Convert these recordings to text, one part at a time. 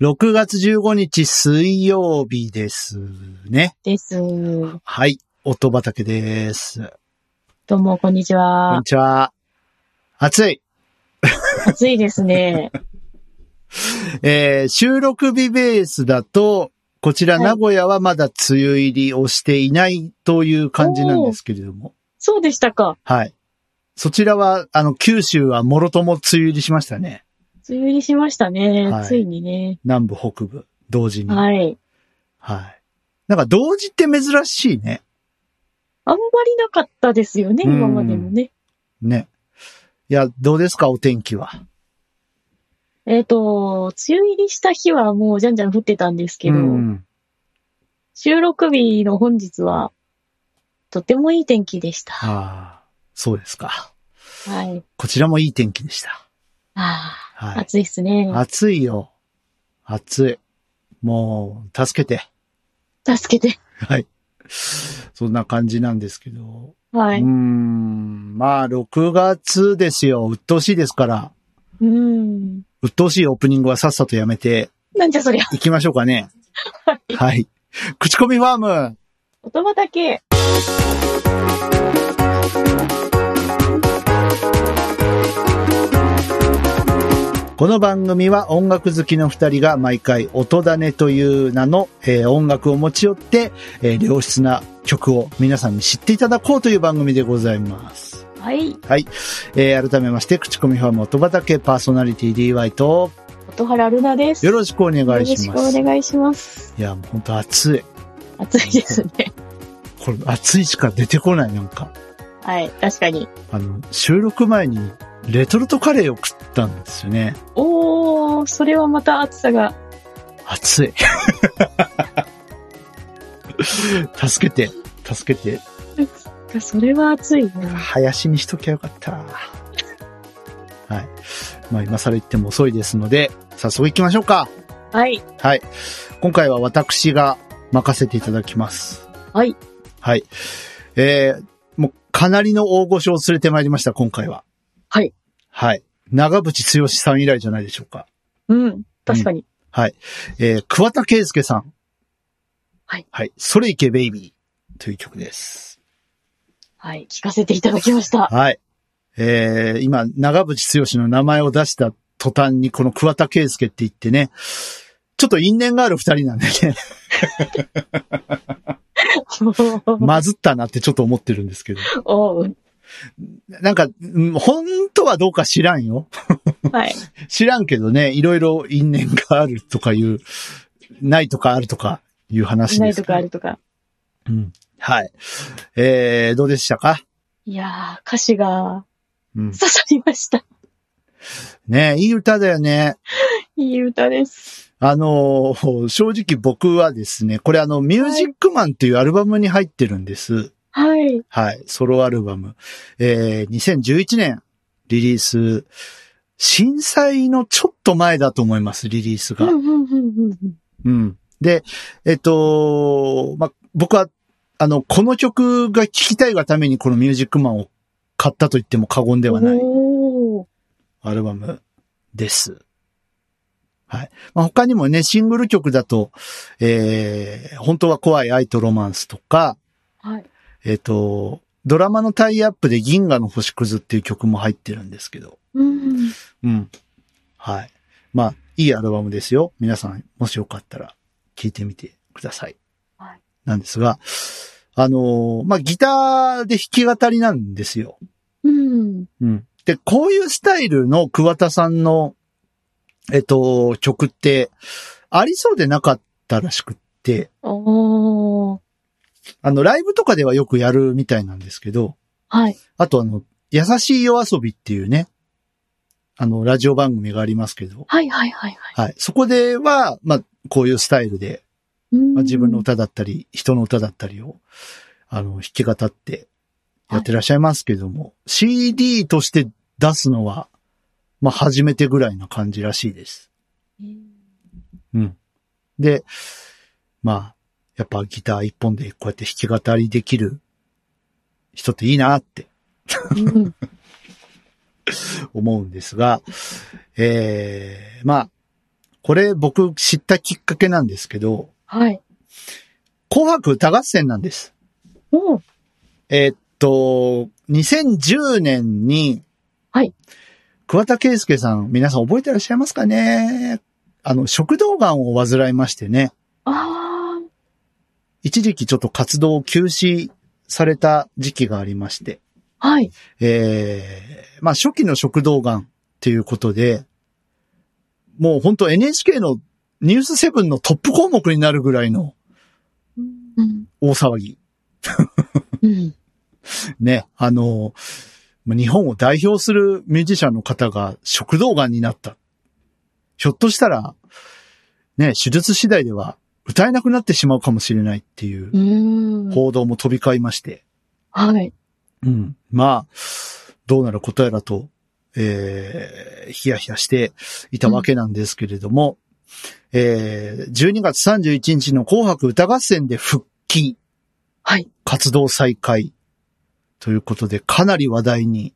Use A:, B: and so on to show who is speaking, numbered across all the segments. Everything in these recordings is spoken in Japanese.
A: 6月15日水曜日ですね。
B: です。
A: はい。音畑です。
B: どうも、こんにち
A: こんに
B: は。
A: ちは。暑い。
B: 暑いで すね。
A: えー収録日ベースだと、こちら
B: はい
A: 名古屋はまだ梅雨入りをしていないという感じなんですけれども。
B: そうでしたか。
A: はい。そちらは、あの、九州はもろとも梅雨入りしましたね。
B: 梅雨入りしましたね。
A: はい
B: ついにね。
A: 南部、北部、同時に。はい。
B: はい。
A: なんか同時って珍しいね。
B: あんまりなかったですよね、
A: うん
B: 今までもね。
A: ね。いや、どうですか、お天気は。
B: えっ、と、梅雨入りした日はもうじゃんじゃん降ってたんですけど、
A: うん
B: 収録日の本日は、とてもいい天気でした。
A: ああ、そうですか。
B: はい。
A: こちらもいい天気でした。
B: ああ、
A: はい。
B: 暑いですね。
A: 暑いよ。暑い。もう、助けて。
B: 助けて。
A: はい。そんな感じなんですけど。
B: は
A: う
B: い
A: ー。ん。まあ、6月ですよ。鬱陶しいですから。
B: うん。
A: 鬱陶しいオープニングはさっさとやめて
B: なんじゃそりゃ。
A: いきましょうかね。 はい。口コミファーム。
B: 音畑。
A: この番組は音楽好きの二人が毎回音種という名の、えー音楽を持ち寄って、えー良質な曲を皆さんに知っていただこうという番組でございます。
B: はい。
A: えー改めまして、口コミファーム音畑パーソナリティ DY と
B: 音原ルナです。
A: よろしくお願いし
B: よ
A: ま
B: ろし
A: す。
B: く
A: い
B: お願いします。
A: や、もうほんと暑い。
B: 暑いですね。
A: これ暑いしか出てこない、なんか。
B: はい、確かに。
A: あの、収録前にレトルトカレーを食ったんですよね。
B: おー、それはまた暑さが。
A: 暑い。 助けて、助けて。
B: それは暑いな。
A: 林にしときゃよかった。はい。まあ今更言っても遅いですので、早速行きましょうか。
B: はい。
A: はい。今回は私が任せていただきます。
B: はい。
A: はい。えー、もうかなりの大御所を連れてまいりました、今回は。
B: はい。
A: はい。長渕剛さん以来じゃないでしょうか。
B: うん、確かに。
A: えー、桑田佳祐さん。
B: はい。
A: はい。それいけベイビーという曲です。
B: はい、聞かせていただきました。
A: はい。えー、今、長渕剛の名前を出した途端に、この桑田佳祐って言ってね、ちょっと因縁がある二人なんで ね、まずったなってちょっと思ってるんですけど。
B: おう
A: なんか、うん本当はどうか知らんよ。
B: はい。
A: 知らんけどね、いろいろ因縁があるとかいう、ないとかあるとかいう話
B: な
A: で
B: い
A: す
B: と
A: けど
B: かあるとか。
A: うん。はい。えー、どうでしたか
B: いやー、歌詞が
A: うん。
B: 刺さりました。
A: ねいい歌だよね。
B: いい歌です。
A: あのー正直僕はですね、これあの、ミュージックマンっていうアルバムに入ってるんです。
B: はい。
A: はい、ソロアルバム。えー、2011年リリース、震災のちょっと前だと思います、リリース
B: うん
A: が。
B: うんうんうんうん
A: うん。で、えっと、まあ、僕は、あの、この曲が聴きたいがためにこのミュージックマンを買ったと言っても過言ではない
B: おー
A: アルバムです。はい。まあ、他にもね、シングル曲だと、えー、本当は怖い愛とロマンスとか、
B: はい。
A: えっ、と、ドラマのタイアップで銀河の星屑っていう曲も入ってるんですけど、
B: うん。
A: うん。はい。まあ、いいアルバムですよ。皆さん、もしよかったら、聴いてみてください。
B: はい
A: なんですが、あのーまあ、ギターで弾き語りなんですよ。
B: うん。
A: うん。で、こういうスタイルの桑田さんの、えっと、曲って、ありそうでなかったらしくって、
B: おー
A: あの、ライブとかではよくやるみたいなんですけど、
B: はい。
A: あとあの、優しい夜遊びっていうね、あの、ラジオ番組がありますけど、
B: はいはいはいはい。
A: はい。そこでは、まあ、こういうスタイルで、まあ、自分の歌だったり、人の歌だったりを、あの、弾き語ってやってらっしゃいますけども、CD として出すのは、まあ、初めてぐらいな感じらしいです。
B: うん。
A: で、まあ、やっぱギター一本でこうやって弾き語りできる人っていいなって
B: うん
A: 思うんですが、ええまあ、これ僕知ったきっかけなんですけど、
B: はい。
A: 紅白歌合戦なんです。
B: おう
A: えーっと、2010年に、
B: はい。
A: 桑田圭介さん、皆さん覚えてらっしゃいますかねあの、食道癌を患いましてね、
B: あ
A: 一時期ちょっと活動を休止された時期がありまして、
B: あ、はい。
A: えー、まあ初期の食道癌っていうことで、もう本当 NHK のニュースセブンのトップ項目になるぐらいの
B: うん。
A: 大騒ぎ。
B: うん。
A: ね、あの、まあ日本を代表するミュージシャンの方が食道癌になった。ひょっとしたら、ね、手術次第では歌えなくなってしまうかもしれないっていう
B: うーん。
A: 報道も飛び交いまして。
B: はい。
A: うん。まあ、どうなることやらと、えー、ヒヤヒヤしていたわけなんですけれども、えー、12月31日の紅白歌合戦で復帰、
B: はい。
A: 活動再開、ということで、かなり話題に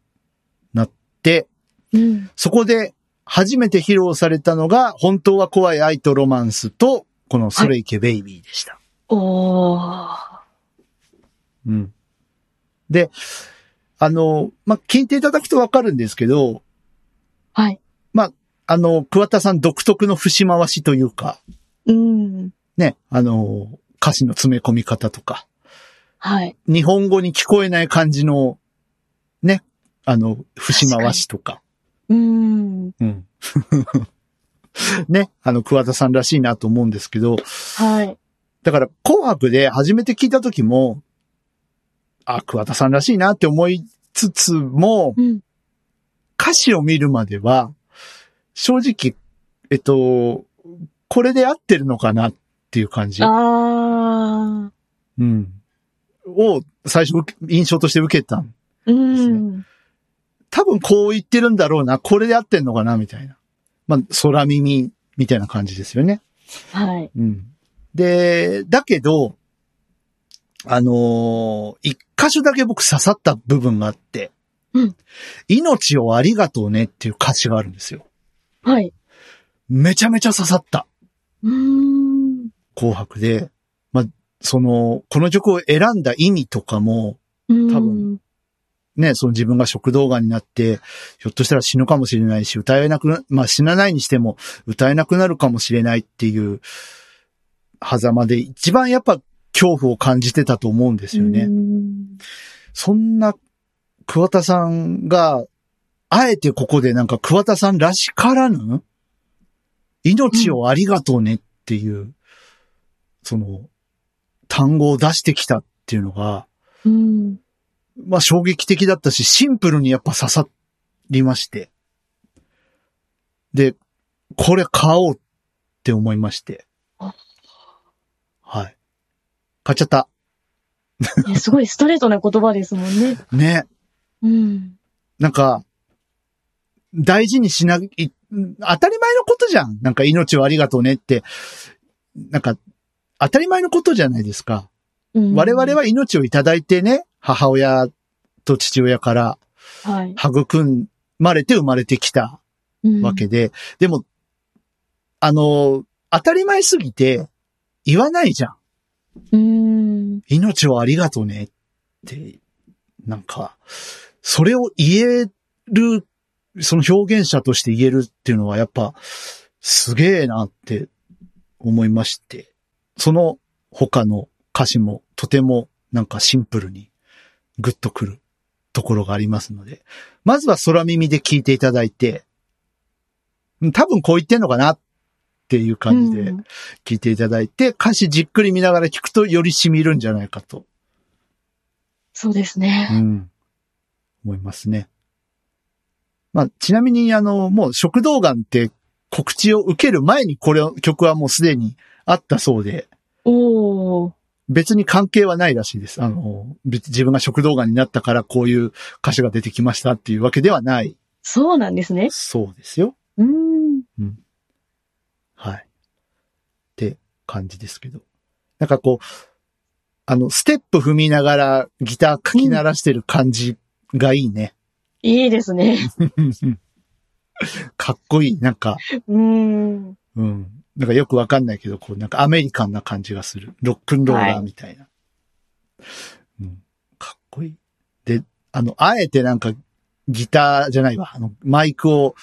A: なって、
B: うん。
A: そこで初めて披露されたのが、本当は怖い愛とロマンスと、このそれいけベイビーでした。
B: おー。
A: うん。で、あの、まあ、聞いていただくとわかるんですけど、
B: はい。
A: あの、桑田さん独特の節回しというか、
B: うん。
A: ね、あの、歌詞の詰め込み方とか、
B: はい。
A: 日本語に聞こえない感じの、ね、あの、節回しとか、
B: うん。
A: うん。 ね、あの、桑田さんらしいなと思うんですけど、
B: はい。
A: だから、紅白で初めて聞いた時も、あ、桑田さんらしいなって思いつつも、
B: うん。
A: 歌詞を見るまでは、正直、えっと、これで合ってるのかなっていう感じ。
B: あ
A: うん。を最初受け、印象として受けた。
B: ー。
A: で
B: う
A: す
B: ん。
A: 多分こう言ってるんだろうな、これで合ってんのかな、みたいな。まあ、空耳みたいな感じですよね。
B: はい。
A: うん。で、だけど、あのー一箇所だけ僕刺さった部分があって、
B: うん
A: 命をありがとうねっていう歌詞があるんですよ。
B: はい。
A: めちゃめちゃ刺さった。
B: うん。
A: 紅白で、まあ、その、この曲を選んだ意味とかも、多分。ね、その自分が食道癌になって、ひょっとしたら死ぬかもしれないし、歌えなくな、まあ死なないにしても、歌えなくなるかもしれないっていう、狭間で一番やっぱ恐怖を感じてたと思うんですよね。
B: うん
A: そんな桑田さんが、あえてここでなんか桑田さんらしからぬ命をありがとうねっていう、その、単語を出してきたっていうのが、
B: うん。
A: まあ衝撃的だったし、シンプルにやっぱ刺さりまして。で、これ買おうって思いまして
B: あ。
A: はい。買っちゃった。
B: ねすごいストレートな言葉ですもんね。
A: ね。
B: うん。
A: なんか、大事にしない、い当たり前のことじゃん。なんか命をありがとうねって、なんか、当たり前のことじゃないですか。
B: うん
A: 我々、は命をいただいてね、母親と父親から
B: はい。
A: 育まれて生まれてきた
B: うん
A: わけで、でも、あの、当たり前すぎて言わないじゃん。
B: うん。
A: 命をありがとうねって、なんか、それを言える、その表現者として言えるっていうのはやっぱ、すげえなって思いまして、その他の歌詞もとてもなんかシンプルにグッとくるところがありますので、まずは空耳で聞いていただいて、うん多分こう言ってんのかなっていう感じで、
B: うん
A: 聞いていただいて、歌詞じっくり見ながら聞くとより染みるんじゃないかと、
B: そうです
A: う
B: ね。
A: ん、思いますね。まあ、ちなみに、あの、もう食道癌って告知を受ける前にこれを、曲はもうすでにあったそうで、
B: おー。
A: 別に関係はないらしいです。あの、別自分が食道癌になったからこういう歌詞が出てきましたっていうわけではない。
B: そうなんですね。
A: そうですよ。
B: うん。
A: はい。って感じですけど。なんかこう、あの、ステップ踏みながらギターかき鳴らしてる感じがいいね。
B: いいですね。
A: かっこいい。なんか、
B: うん。
A: うん。なんかよくわかんないけど、こう、なんかアメリカンな感じがする。ロックンローラーみたいな。うん。かっこいい。で、あの、あえてなんか、ギターじゃないわ。あの、マイクを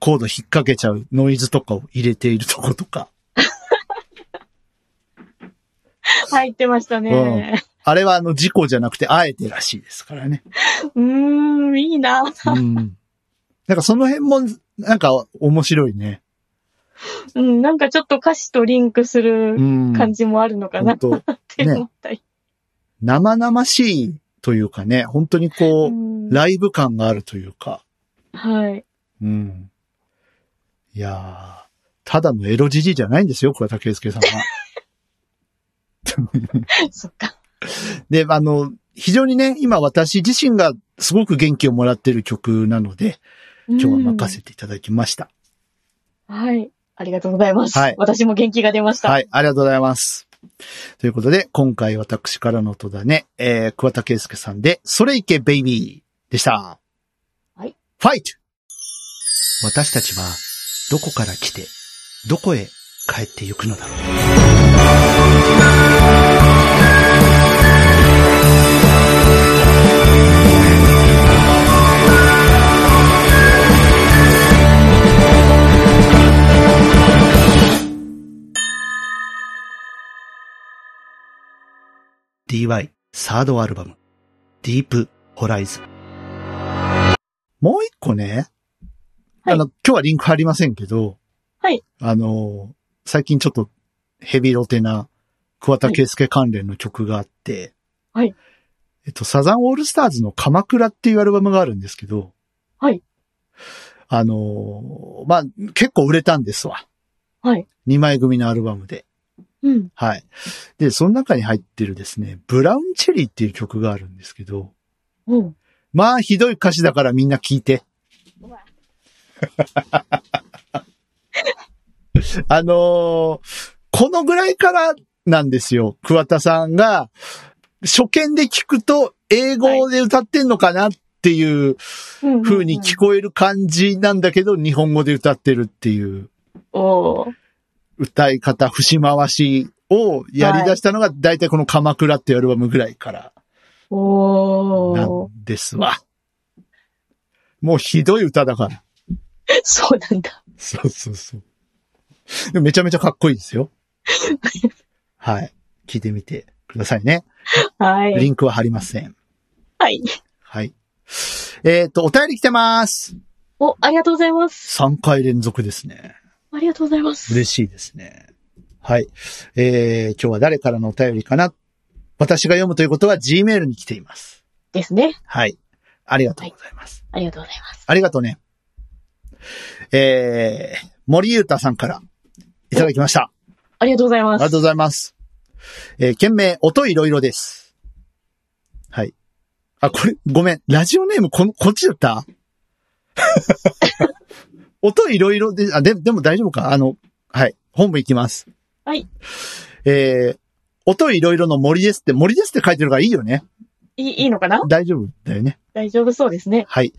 A: コード引っ掛けちゃうノイズとかを入れているとことか。
B: 入ってましたね。
A: あれはあの、事故じゃなくて、あえてらしいですからね。
B: うーん、いいな。
A: うん。なんかその辺も、なんか面白いね。
B: うん、なんかちょっと歌詞とリンクす
A: う
B: る
A: ん。
B: 感じもあるのかな
A: 本
B: っ
A: 当
B: て思ったり。
A: 生々しいというかね、本当に
B: う
A: こう、
B: ん
A: ライブ感があるというか。
B: はい。
A: うん。いやー、ただのエロじじいじゃないんですよ、これ、竹井助さん は。
B: そっか。
A: で、あの、非常にね、今私自身がすごく元気をもらってる曲なので、
B: 今
A: 今日は任せていただきました。
B: はい。ありがとうございます。
A: はい
B: 私も元気が出ました。
A: はい、ありがとうございます。ということで、今回私からの音だね、えー、桑田圭介さんで、それいけベイビーでした。
B: はい。
A: ファイト私たちは、どこから来て、どこへ帰ってゆくのだろう。DY サードアルバム、ディープホライズ。もう一個ね、
B: はい
A: あの、今日はリンク貼りませんけど、
B: はい。
A: あの、最近ちょっとヘビロテな桑田佳祐関連の曲があって、
B: はい。
A: えっと、サザンオールスターズの鎌倉っていうアルバムがあるんですけど、
B: はい。
A: あの、まあ、結構売れたんですわ。
B: はい。
A: 2枚組のアルバムで。
B: うん。
A: はい。で、その中に入ってるですね、ブラウンチェリーっていう曲があるんですけど、
B: うん。
A: まあ、ひどい歌詞だからみんな聞いて
B: うわ。
A: あのーこのぐらいからなんですよ。桑田さんが、初見で聞くと英語で歌ってんのかなっていう 風に聞こえる感じなんだけど、日本語で歌ってるっていう
B: おー
A: 歌い方、節回しをやり出したのが、だいたいこの鎌倉っていうアルバムぐらいから。な
B: おー
A: んですわ。もうひどい歌だから。
B: そうなんだ。
A: そうそうそう。でもめちゃめちゃかっこいいです よ。はい。聞いてみてくださいね。
B: はい。
A: リンクは貼りません。
B: はい。
A: はい。えっ、と、お便り来てます。
B: お、ありがとうございます。
A: 3回連続ですね。
B: ありがとうございます。
A: 嬉しいですね。はい。えー、今日は誰からのお便りかな私が読むということは Gmail に来ています。
B: ですね。
A: はい。ありがとうございます。
B: ありがとうございます。
A: ありがとうね。えー、森ゆうたさんからいただきました。
B: ありがとうござい
A: あ
B: ま
A: りが
B: す
A: とう。ございます。えー、件名、音いろいろです。はい。あ、これ、ごめん。ラジオネーム、この、こっちだった 音いろいろで、あ、で、でも大丈夫かあの、はい。本部行きます。
B: はい。
A: えー、音いろいろの森ですって、森ですって書いてるからいいよね。
B: いい、いいのかな
A: 大丈夫だよね。
B: 大丈夫そうですね。
A: はい。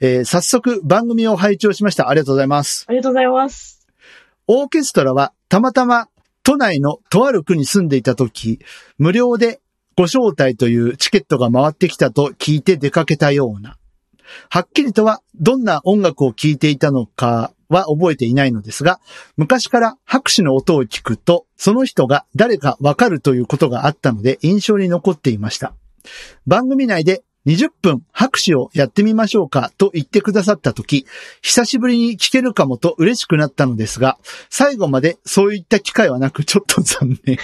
A: えー、早速番組を拝聴しました。ありがとうございます。
B: ありがとうござい ます。
A: オーケストラはたまたま都内のとある区に住んでいた時、無料でご招待というチケットが回ってきたと聞いて出かけたような。はっきりとはどんな音楽を聴いていたのかは覚えていないのですが、昔から拍手の音を聞くと、その人が誰かわかるということがあったので印象に残っていました。番組内で20分拍手をやってみましょうかと言ってくださった時、久しぶりに聞けるかもと嬉しくなったのですが、最後までそういった機会はなく、ちょっと残念。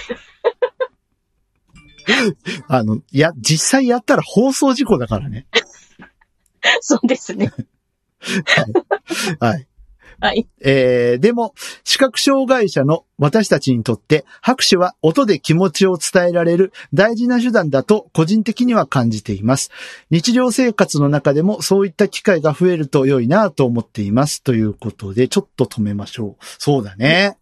A: あの、いや、実際やったら放送事故だからね。
B: そうですね。
A: はい。
B: はい。
A: えー、でも、視覚障害者の私たちにとって、拍手は音で気持ちを伝えられる大事な手段だと個人的には感じています。日常生活の中でもそういった機会が増えると良いなと思っています。ということで、ちょっと止めましょう。そうだね。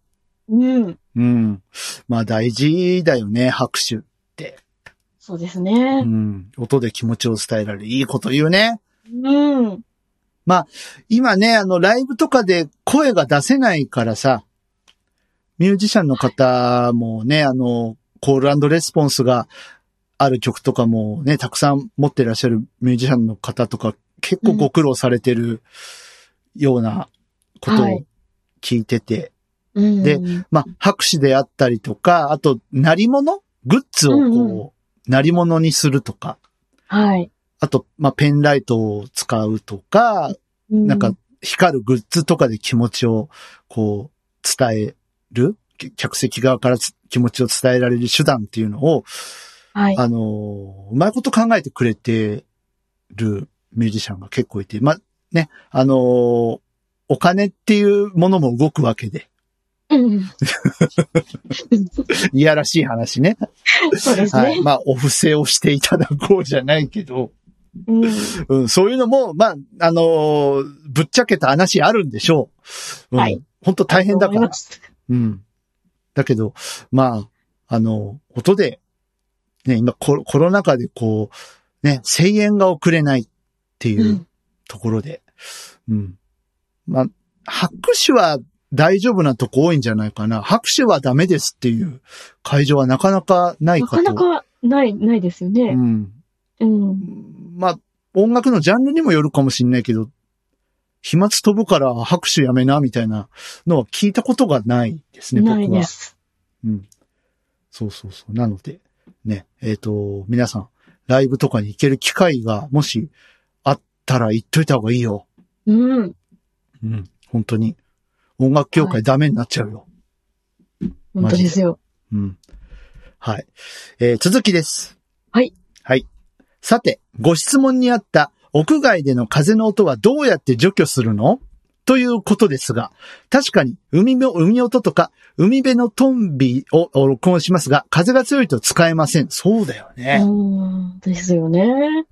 B: うん。
A: うん。まあ大事だよね、拍手。
B: そうです
A: う
B: ね。
A: ん。音で気持ちを伝えられる。いいこと言うね。
B: うん。
A: 今ね、あの、ライブとかで声が出せないからさ、ミュージシャンの方もね、あの、コールレスポンスがある曲とかもね、たくさん持ってらっしゃるミュージシャンの方とか、結構ご苦労されてるようなこと
B: は
A: を
B: い
A: 聞いてて、
B: うん
A: でまあ、拍手であったりとか、あと、鳴り物グッズをこう、
B: うん
A: 鳴り物にするとか、
B: はい。
A: あと、まあ、ペンライトを使うとか、な
B: な
A: んか、光るグッズとかで気持ちを、こう、伝えるき客席側からつ気持ちを伝えられる手段っていうのを、
B: はい。
A: あのー、うまいこと考えてくれてるミュージシャンが結構いて、まあ、ね、あのーお金っていうものも動くわけで、
B: うん
A: いやらしい話ね。
B: そうですね。
A: はい。まあ、お布施をしていただこうじゃないけど、
B: うん
A: うん、そういうのも、まあ、あのーぶっちゃけた話あるんでしょう。うん、
B: はい。
A: 本当大変だか
B: 思い
A: ら
B: ま。した
A: うん。だけど、まあ、あの、音で、ね、今コロコロナ禍でこう、ね、声援が送れないっていううんところで、うん、まあ、拍手は大丈夫なとこ多いんじゃないかな。拍手はダメですっていう会場はなかなかない
B: な
A: か
B: か
A: と。
B: なかない、ないですよ
A: う
B: ね。
A: ん。
B: うん。
A: まあ、音楽のジャンルにもよるかもしれないけど、飛沫飛ぶから拍手やめな、みたいなのは聞いたことがないですね、僕は。
B: ないです。
A: うん。そうそうそう。なので、ね、えっ、と、皆さん、ライブとかに行ける機会が、もし、あったら行っといた方がいいよ。
B: うん。
A: うん。本当に。音楽協会ダメになっちゃうよ。
B: 本当ですよ。
A: うん。はい。えー続きです。
B: はい。
A: はい。さて、ご質問にあった、屋外での風の音はどうやって除去するのということですが、確かに海の、海音とか、海辺のトンビをお録音しますが、風が強いと使えません。そうだよ
B: う
A: ね。
B: ん。ですよね。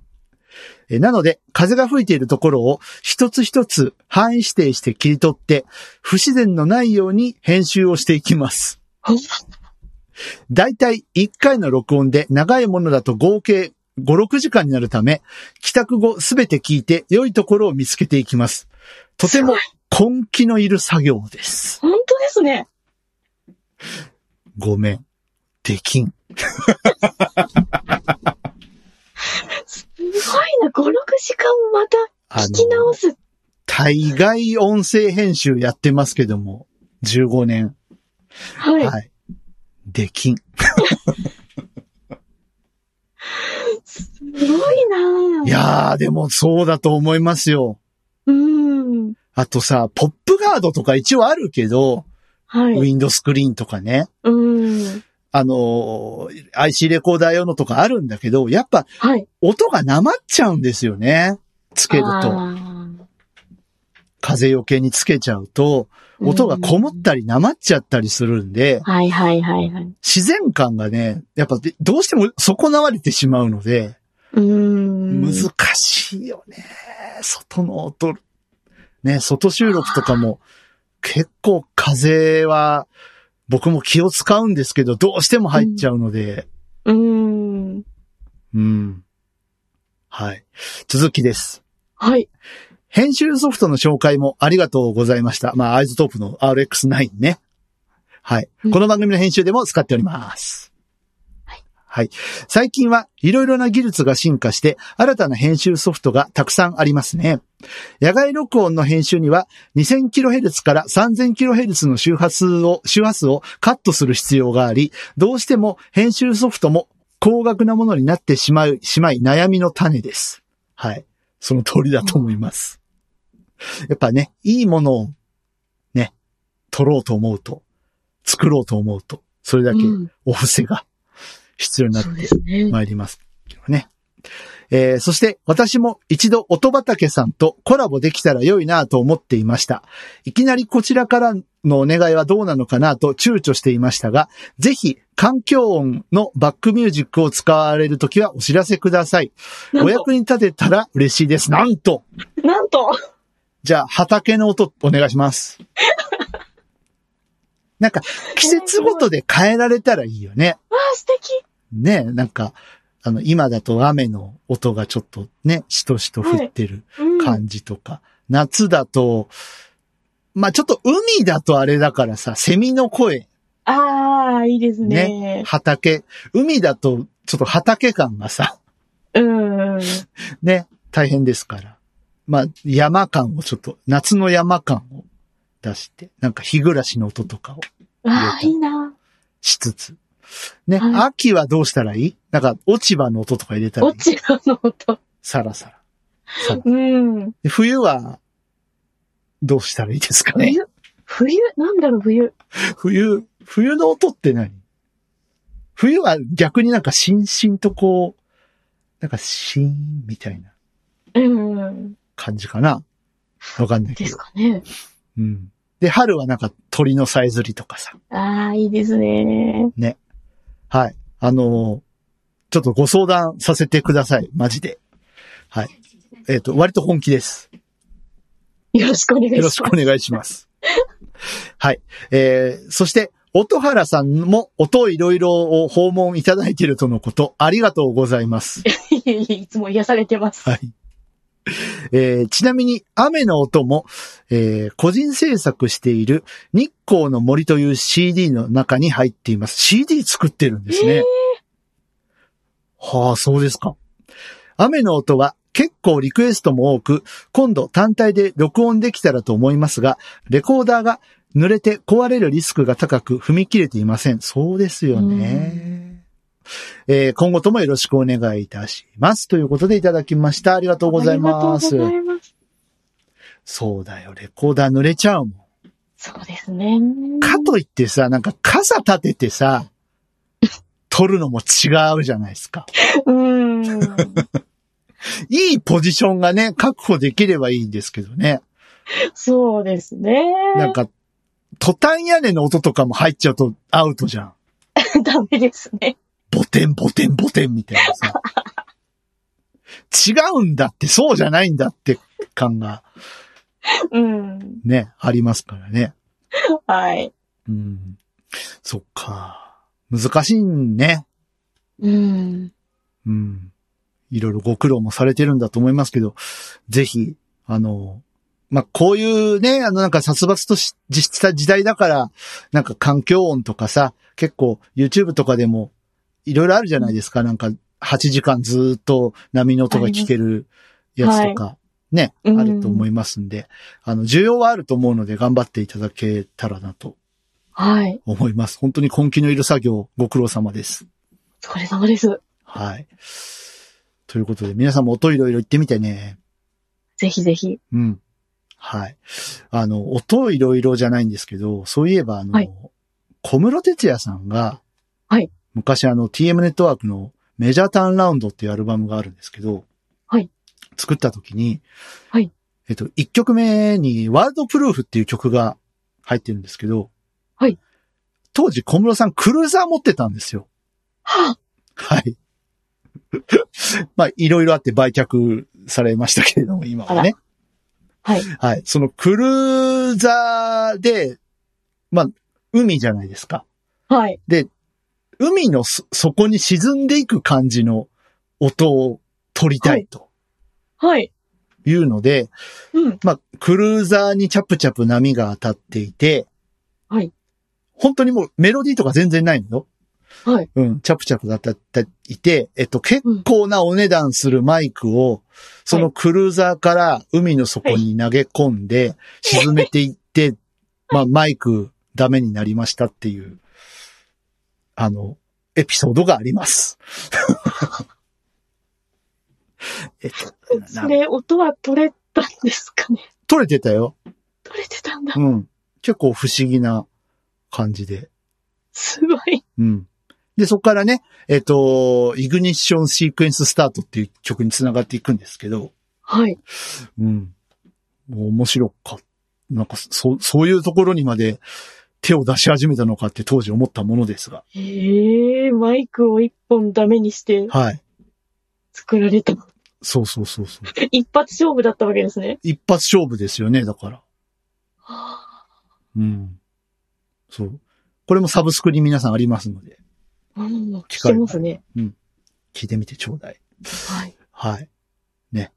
A: えーなので、風が吹いているところを一つ一つ範囲指定して切り取って、不自然のないように編集をしていきます。だいたい1回の録音で長いものだと合計5、6時間になるため、帰宅後すべて聞いて良いところを見つけていきます。とても根気のいる作業です。
B: 本当ですね。
A: ごめん。できん。
B: すごいな。5、6時間また
A: あ
B: 聞き直
A: の、
B: す。
A: 大概音声編集やってますけども、15年。
B: はい。
A: はい。できん。
B: すごいな。
A: いやー、でもそうだと思いますよ。
B: うん。
A: あとさ、ポップガードとか一応あるけど、
B: は
A: ウ
B: い。
A: ィンドスクリーンとかね。
B: うん。
A: あのー、IC レコーダー用のとかあるんだけど、やっぱ
B: はい。
A: 音がなまっちゃうんですよね。つけると。
B: あ
A: 風よけにつけちゃうと、
B: ー
A: 音がこもっ
B: うん
A: たりなまっちゃったりするんで、
B: はいはいはいはい。
A: 自然感がね、やっぱでどうしても損なわれてしまうので、
B: うん。
A: 難しいよね。外の音。ね、外収録とかも、結構風は、僕も気を使うんですけど、どうしても入っちゃうので、
B: うん。
A: うん。はい。続きです。
B: はい。
A: 編集ソフトの紹介もありがとうございました。まあ、アイズトープの RX9 ね。はい。
B: うん
A: この番組の編集でも使っております。
B: はい。
A: はい。最近はいろいろな技術が進化して、新たな編集ソフトがたくさんありますね。野外録音の編集には 2000kHz から 3000kHz の周波数を、周波数をカットする必要があり、どうしても編集ソフトも高額なものになってしまう、しまい悩みの種です。はい。その通りだと思います。やっぱね、いいものをね、取ろうと思うと、作ろうと思うと、それだけ
B: うん
A: お布施が必要になって
B: そうですね。
A: 参りますけどね。えーそして私も一度音畑さんとコラボできたら良いなと思っていました。いきなりこちらからのお願いはどうなのかなと躊躇していましたが、ぜひ環境音のバックミュージックを使われるときはお知らせください。
B: なん
A: お
B: と
A: 役に立てたら嬉しいです。なんと
B: なんと、
A: じゃあ畑の音お願いします。 なんか季節ごとで変えられたらいいよね。
B: あー素敵。
A: ねえ、なんか、あの、今だと雨の音がちょっとね、しとしと降ってる
B: うん、
A: 感じとか、夏だと、まあちょっと海だとあれだからさ、セミの声
B: ああ、いいですね。
A: 畑。海だと、ちょっと畑感がさ、
B: うん。
A: ね、大変ですから。まあ、山感をちょっと、夏の山感を出して、なんか日暮らしの音とかを
B: ああ、いいな。
A: しつつ。ね、
B: はい
A: 秋はどうしたらいいなんか落ち葉の音とか入れたらいい
B: 落。ち葉の音。
A: さらさら。さら
B: うん。
A: で冬は、どうしたらいいですかね
B: 冬冬なんだろう、冬。
A: 冬、冬の音って何冬は逆になんかしんしんとこう、なんかしーんみたいな
B: うん。
A: 感じかなわかんないけ
B: で
A: ど
B: す。かね。
A: うん。で、春はなんか鳥のさえずりとかさ。
B: ああ、いいですね。
A: はい。あのーちょっとご相談させてください。マジで。はい。えっ、と、割と本気です。
B: よろしくお願いし
A: よ
B: ま
A: ろ
B: す
A: しく。お願いします。はい。えー、そして、音原さんも音いろいろを訪問いただいているとのこと、ありがとうございます。
B: いえいえいつも癒されてます。
A: はい。えーちなみに、雨の音も、えー個人制作している日光の森という CD の中に入っています。CD 作ってるんですね。はあ、そうですか。雨の音は結構リクエストも多く、今度単体で録音できたらと思いますが、レコーダーが濡れて壊れるリスクが高く踏み切れていません。そうですよね。えー今後ともよろしくお願いいたします。ということでいただきました。ありがとうございます。
B: ありがとうございます。
A: そうだよ、レコーダー濡れちゃうもん。
B: そうですね。
A: かといってさ、なんか傘立ててさ、撮るのも違うじゃないですか。
B: うん。
A: いいポジションがね、確保できればいいんですけどね。
B: そうですね。
A: なんか、トタン屋根の音とかも入っちゃうとアウトじゃん。
B: ダメですね。
A: ボテンボテンボテンみたいなさ。違うんだって、そうじゃないんだって感が
B: うん。
A: ね、ありますからね。
B: はい。
A: うん。そっか。難しいね。
B: うん。
A: うん。いろいろご苦労もされてるんだと思いますけど、ぜひ、あの、まあ、こういうね、あのなんか殺伐としした時代だから、なんか環境音とかさ、結構 YouTube とかでもいろいろあるじゃないですか。なんか8時間ずーっと波の音が聞けるやつとか、ね、
B: うん
A: あると思いますんで、あの、需要はあると思うので頑張っていただけたらなと
B: はい。
A: 思います。本当に根気のいる作業、ご苦労様です。
B: お疲れ様です。
A: はい。ということで、皆さんも音いろいろ言ってみてね。
B: ぜひぜひ。
A: うん。はい。あの、音いろいろじゃないんですけど、そういえば、あの、
B: はい
A: 小室哲也さんが、
B: はい
A: 昔あの、TM ネットワークのメジャーターンラウンドっていうアルバムがあるんですけど、
B: はい
A: 作った時に、
B: はい
A: えっと、1曲目にワールドプルーフっていう曲が入ってるんですけど、
B: はい
A: 当時小室さんクルーザー持ってたんですよ。
B: は
A: はい。 まあ、いろいろあって売却されましたけれども、今はね。
B: あはい。
A: はい。そのクルーザーで、まあ、海じゃないですか。
B: あはい。
A: 海のそ底に沈んでいく感じの音を取りたいと
B: はい。
A: いうので、
B: うん。
A: まあ、クルーザーにチャプチャプ波が当たっていて、
B: はい。
A: 本当にもうメロディーとか全然ないのよ。
B: はい。
A: うん、チャプチャプが当たっていて、えっと、結構なお値段するマイクを、そのクルーザーから海の底に投げ込んで、沈めていって、まあ、マイクダメになりましたっていう、あの、エピソードがあり ます。えっと、な
B: それ、音は取れたんですかね。
A: 取れてたよ。
B: 取れてたんだ。
A: うん。結構不思議な感じで。
B: すごい。
A: うん。で、そこからね、えっ、と、イグニッションシークエンススタートっていう曲につながっていくんですけど、
B: はい。
A: うん。面白かった。なんか、そ、そういうところにまで手を出し始めたのかって当時思ったものですが。
B: ええマイクを一本ダメにして
A: はい。
B: 作られた。
A: そうそうそうそう。
B: 一発勝負だったわけですね。
A: 一発勝負ですよね、だから。
B: は
A: うん。そう。これもサブスクに皆さんありますので、
B: あうん、聞きますね。
A: 聞いてみてちょうだい。
B: はい。
A: はい。ね。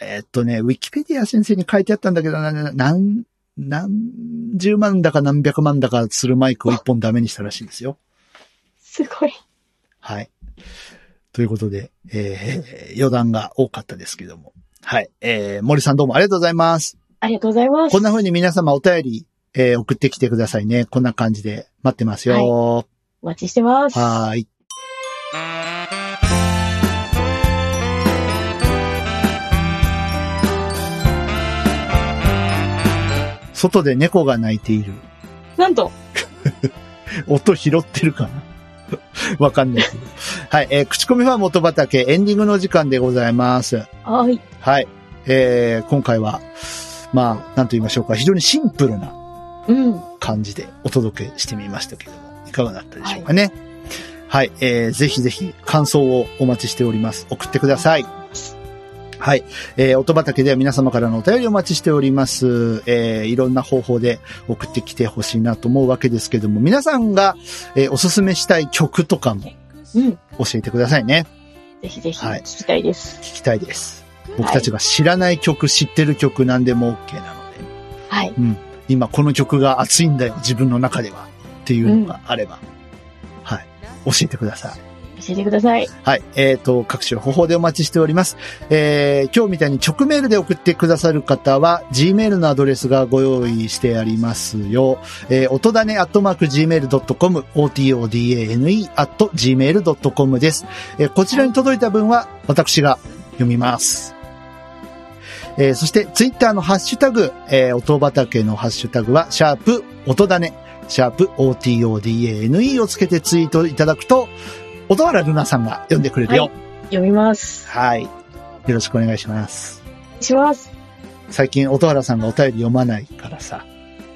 A: えーっとね、ウィキペディア先生に書いてあったんだけどな、ななん、何十万だか何百万だかするマイクを一本ダメにしたらしいんですよ。
B: すごい。
A: はい。ということで、えー、余談が多かったですけども。はい。えー、森さんどうもありがとうございます。
B: ありがとうございます。
A: こんな風に皆様お便り、えー送ってきてくださいね。こんな感じで待ってますよ。
B: お待ちしてます。
A: はーい。外で猫が鳴いている。
B: なんと、
A: 音拾ってるかな わかんないけど。はい。えー口コミファン元畑エンディングの時間でございます。
B: はい。
A: はい。えー今回は、まあ、なんと言いましょうか。非常にシンプルな
B: うん。
A: 感じでお届けしてみましたけども、いかがだったでしょうかね。はい、えー、ぜひぜひ感想をお待ちしております。送ってください。はい。えー、音畑では皆様からのお便りをお待ちしております。えー、いろんな方法で送ってきてほしいなと思うわけですけども、皆さんが、えーおすすめしたい曲とかも
B: うん。
A: 教えてくださいね。
B: ぜひぜひ、
A: はい
B: 聞きたいです。
A: 聞きたいです。僕たちが知らない曲、知ってる曲なんでも OK なので、
B: はい。
A: 今この曲が熱いんだよ、自分の中では。っていうのがあれば、はい。教えてください。
B: 教えてください。
A: はい。えっ、と、各種方法でお待ちしております。えー、今日みたいに直メールで送ってくださる方は、Gmail のアドレスがご用意してありますよ。えー、音種アットマーク Gmail.com、otodane アット Gmail.com です。えーこちらに届いた分は、私が読みます。えーそして、ツイッターのハッシュタグ、えー音畑のハッシュタグは、シャープ、音種、シャープ、otodane をつけてツイートいただくと、音原ルナさんが読んでくれるよ。
B: 読みます。
A: はい。よろしくお願いします。
B: お願いします。
A: 最近、音原さんがお便り読まないからさ、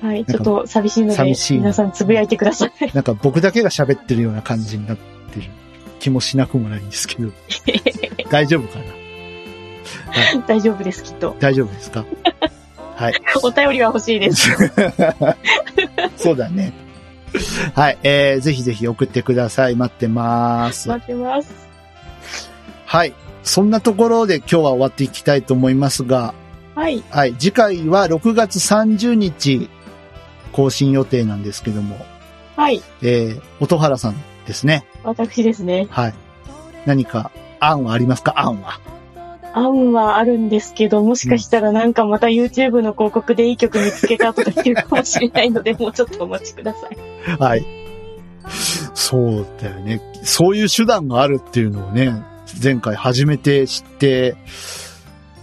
B: はい。ちょっと寂しいので
A: 寂、しい
B: 皆さんつぶやいてください。
A: なんか僕だけが喋ってるような感じになってる気もしなくもないんですけど、 大丈夫かな
B: 大丈夫です、きっ と。
A: 大丈夫ですかはい。
B: お便りは欲しいです。
A: そうだね。はい、えー、ぜひぜひ送ってください。待ってます。
B: 待ってます。
A: はい。そんなところで今日は終わっていきたいと思いますが、
B: はい。
A: はい、次回は6月30日更新予定なんですけども、
B: はい。
A: えー、音原さんですね。
B: 私ですね。
A: はい。何か案はありますか案は。
B: 案はあるんですけど、もしかしたらなんかまた YouTube の広告でいい曲見つけたとか言うかもしれない ので、もうちょっとお待ちください。
A: はい。そうだよね。そういう手段があるっていうのをね、前回初めて知って、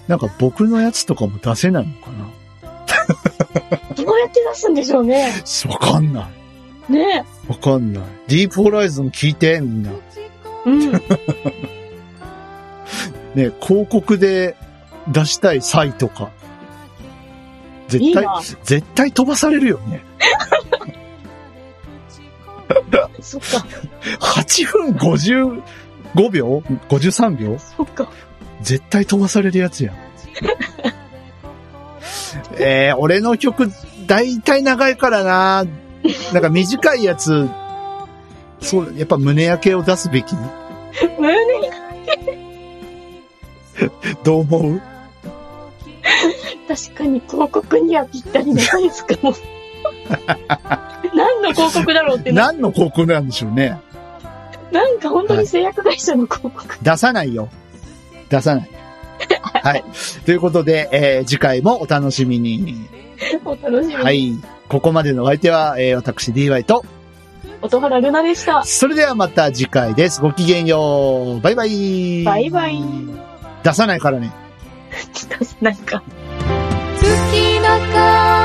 A: なんか僕のやつとかも出せないのかな
B: どうやって出すんでしょうね。
A: わかんない。
B: ね
A: わかんない。ディープホライズン聞いて、みんな。
B: うん。
A: ね、広告で出したい際とか。
B: い
A: 絶
B: い
A: 対、
B: な。
A: 絶対飛ばされるよね。
B: そっか、
A: 8分55秒 ?53 秒
B: そっか。
A: 絶対飛ばされるやつやん。えー、俺の曲、だいたい長いからな。なんか短いやつ、そう、やっぱ胸焼けを出すべき
B: 胸
A: どう思う
B: 確かに広告にはぴったりないで すかも。何の広告だろうってな、
A: 何の広告なんでしょうね。
B: なんか本当に製薬会社の広告。
A: 出さないよ。出さない。はい。ということで、えー次回もお楽しみに。
B: お楽しみに。
A: はい。ここまでのお相手は、えー私 DY と、
B: 音原ルナ でした。
A: それではまた次回です。ごきげんよう。バイバイ。
B: バイバイ。
A: 出さないからね。
B: なんか。
C: 月の影